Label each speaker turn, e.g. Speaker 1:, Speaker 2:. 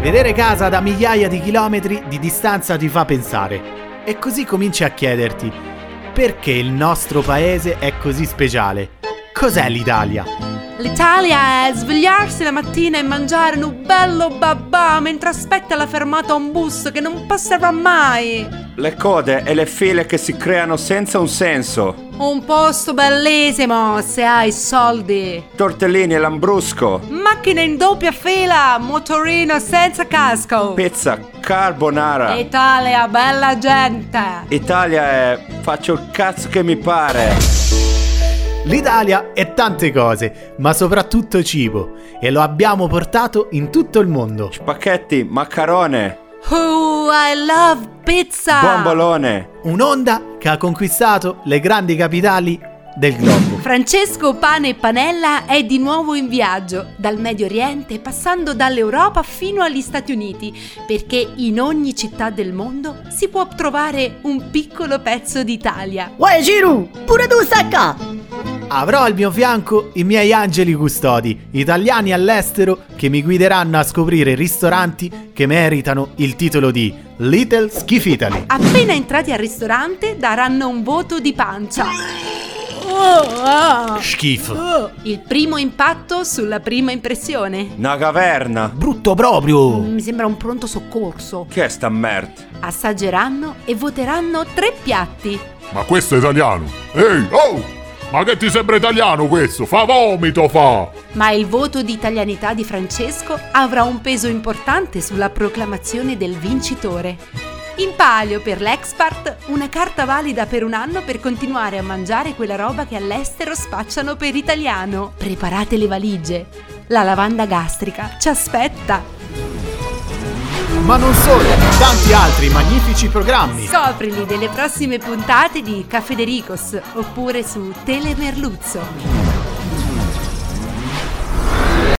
Speaker 1: Vedere casa da migliaia di chilometri di distanza ti fa pensare. E così cominci a chiederti, perché il nostro paese è così speciale? Cos'è l'Italia?
Speaker 2: L'Italia è svegliarsi la mattina e mangiare un bello babà mentre aspetta la fermata un bus che non passerà mai.
Speaker 3: Le code e le file che si creano senza un senso.
Speaker 2: Un posto bellissimo se hai soldi.
Speaker 3: Tortellini e lambrusco.
Speaker 2: Macchine in doppia fila, motorino senza casco.
Speaker 3: Pizza carbonara.
Speaker 2: Eh. Italia, bella gente.
Speaker 3: Italia è... faccio il cazzo che mi pare.
Speaker 1: L'Italia è tante cose, ma soprattutto cibo, e lo abbiamo portato in tutto il mondo.
Speaker 3: Spaghetti, maccarone,
Speaker 2: Oh, I love pizza.
Speaker 3: bombolone.
Speaker 1: Un'onda che ha conquistato le grandi capitali del globo.
Speaker 2: Francesco Pane e Panella è di nuovo in viaggio dal Medio Oriente passando dall'Europa fino agli Stati Uniti, perché in ogni città del mondo si può trovare un piccolo pezzo d'Italia.
Speaker 4: Uè Giru, pure tu stacca!
Speaker 1: Avrò al mio fianco i miei angeli custodi, italiani all'estero che mi guideranno a scoprire ristoranti che meritano il titolo di Little Schif Italy.
Speaker 2: Appena entrati al ristorante daranno un voto di pancia. Oh, ah,
Speaker 1: Schifo.
Speaker 2: oh. Il primo impatto sulla prima impressione.
Speaker 3: Una caverna.
Speaker 1: Brutto proprio.
Speaker 2: Mi sembra un pronto soccorso.
Speaker 3: Che è sta merda?
Speaker 2: Assaggeranno e voteranno tre piatti.
Speaker 5: Ma questo è italiano. Ehi, oh! Ma che ti sembra italiano questo? Fa vomito, fa!
Speaker 2: Ma il voto di italianità di Francesco avrà un peso importante sulla proclamazione del vincitore. In palio per l'expart una carta valida per un anno per continuare a mangiare quella roba che all'estero spacciano per italiano. Preparate le valigie. La lavanda gastrica ci aspetta.
Speaker 1: Ma non solo, tanti altri magnifici programmi.
Speaker 2: Scoprili delle prossime puntate di Caffedericos oppure su Telemerluzzo.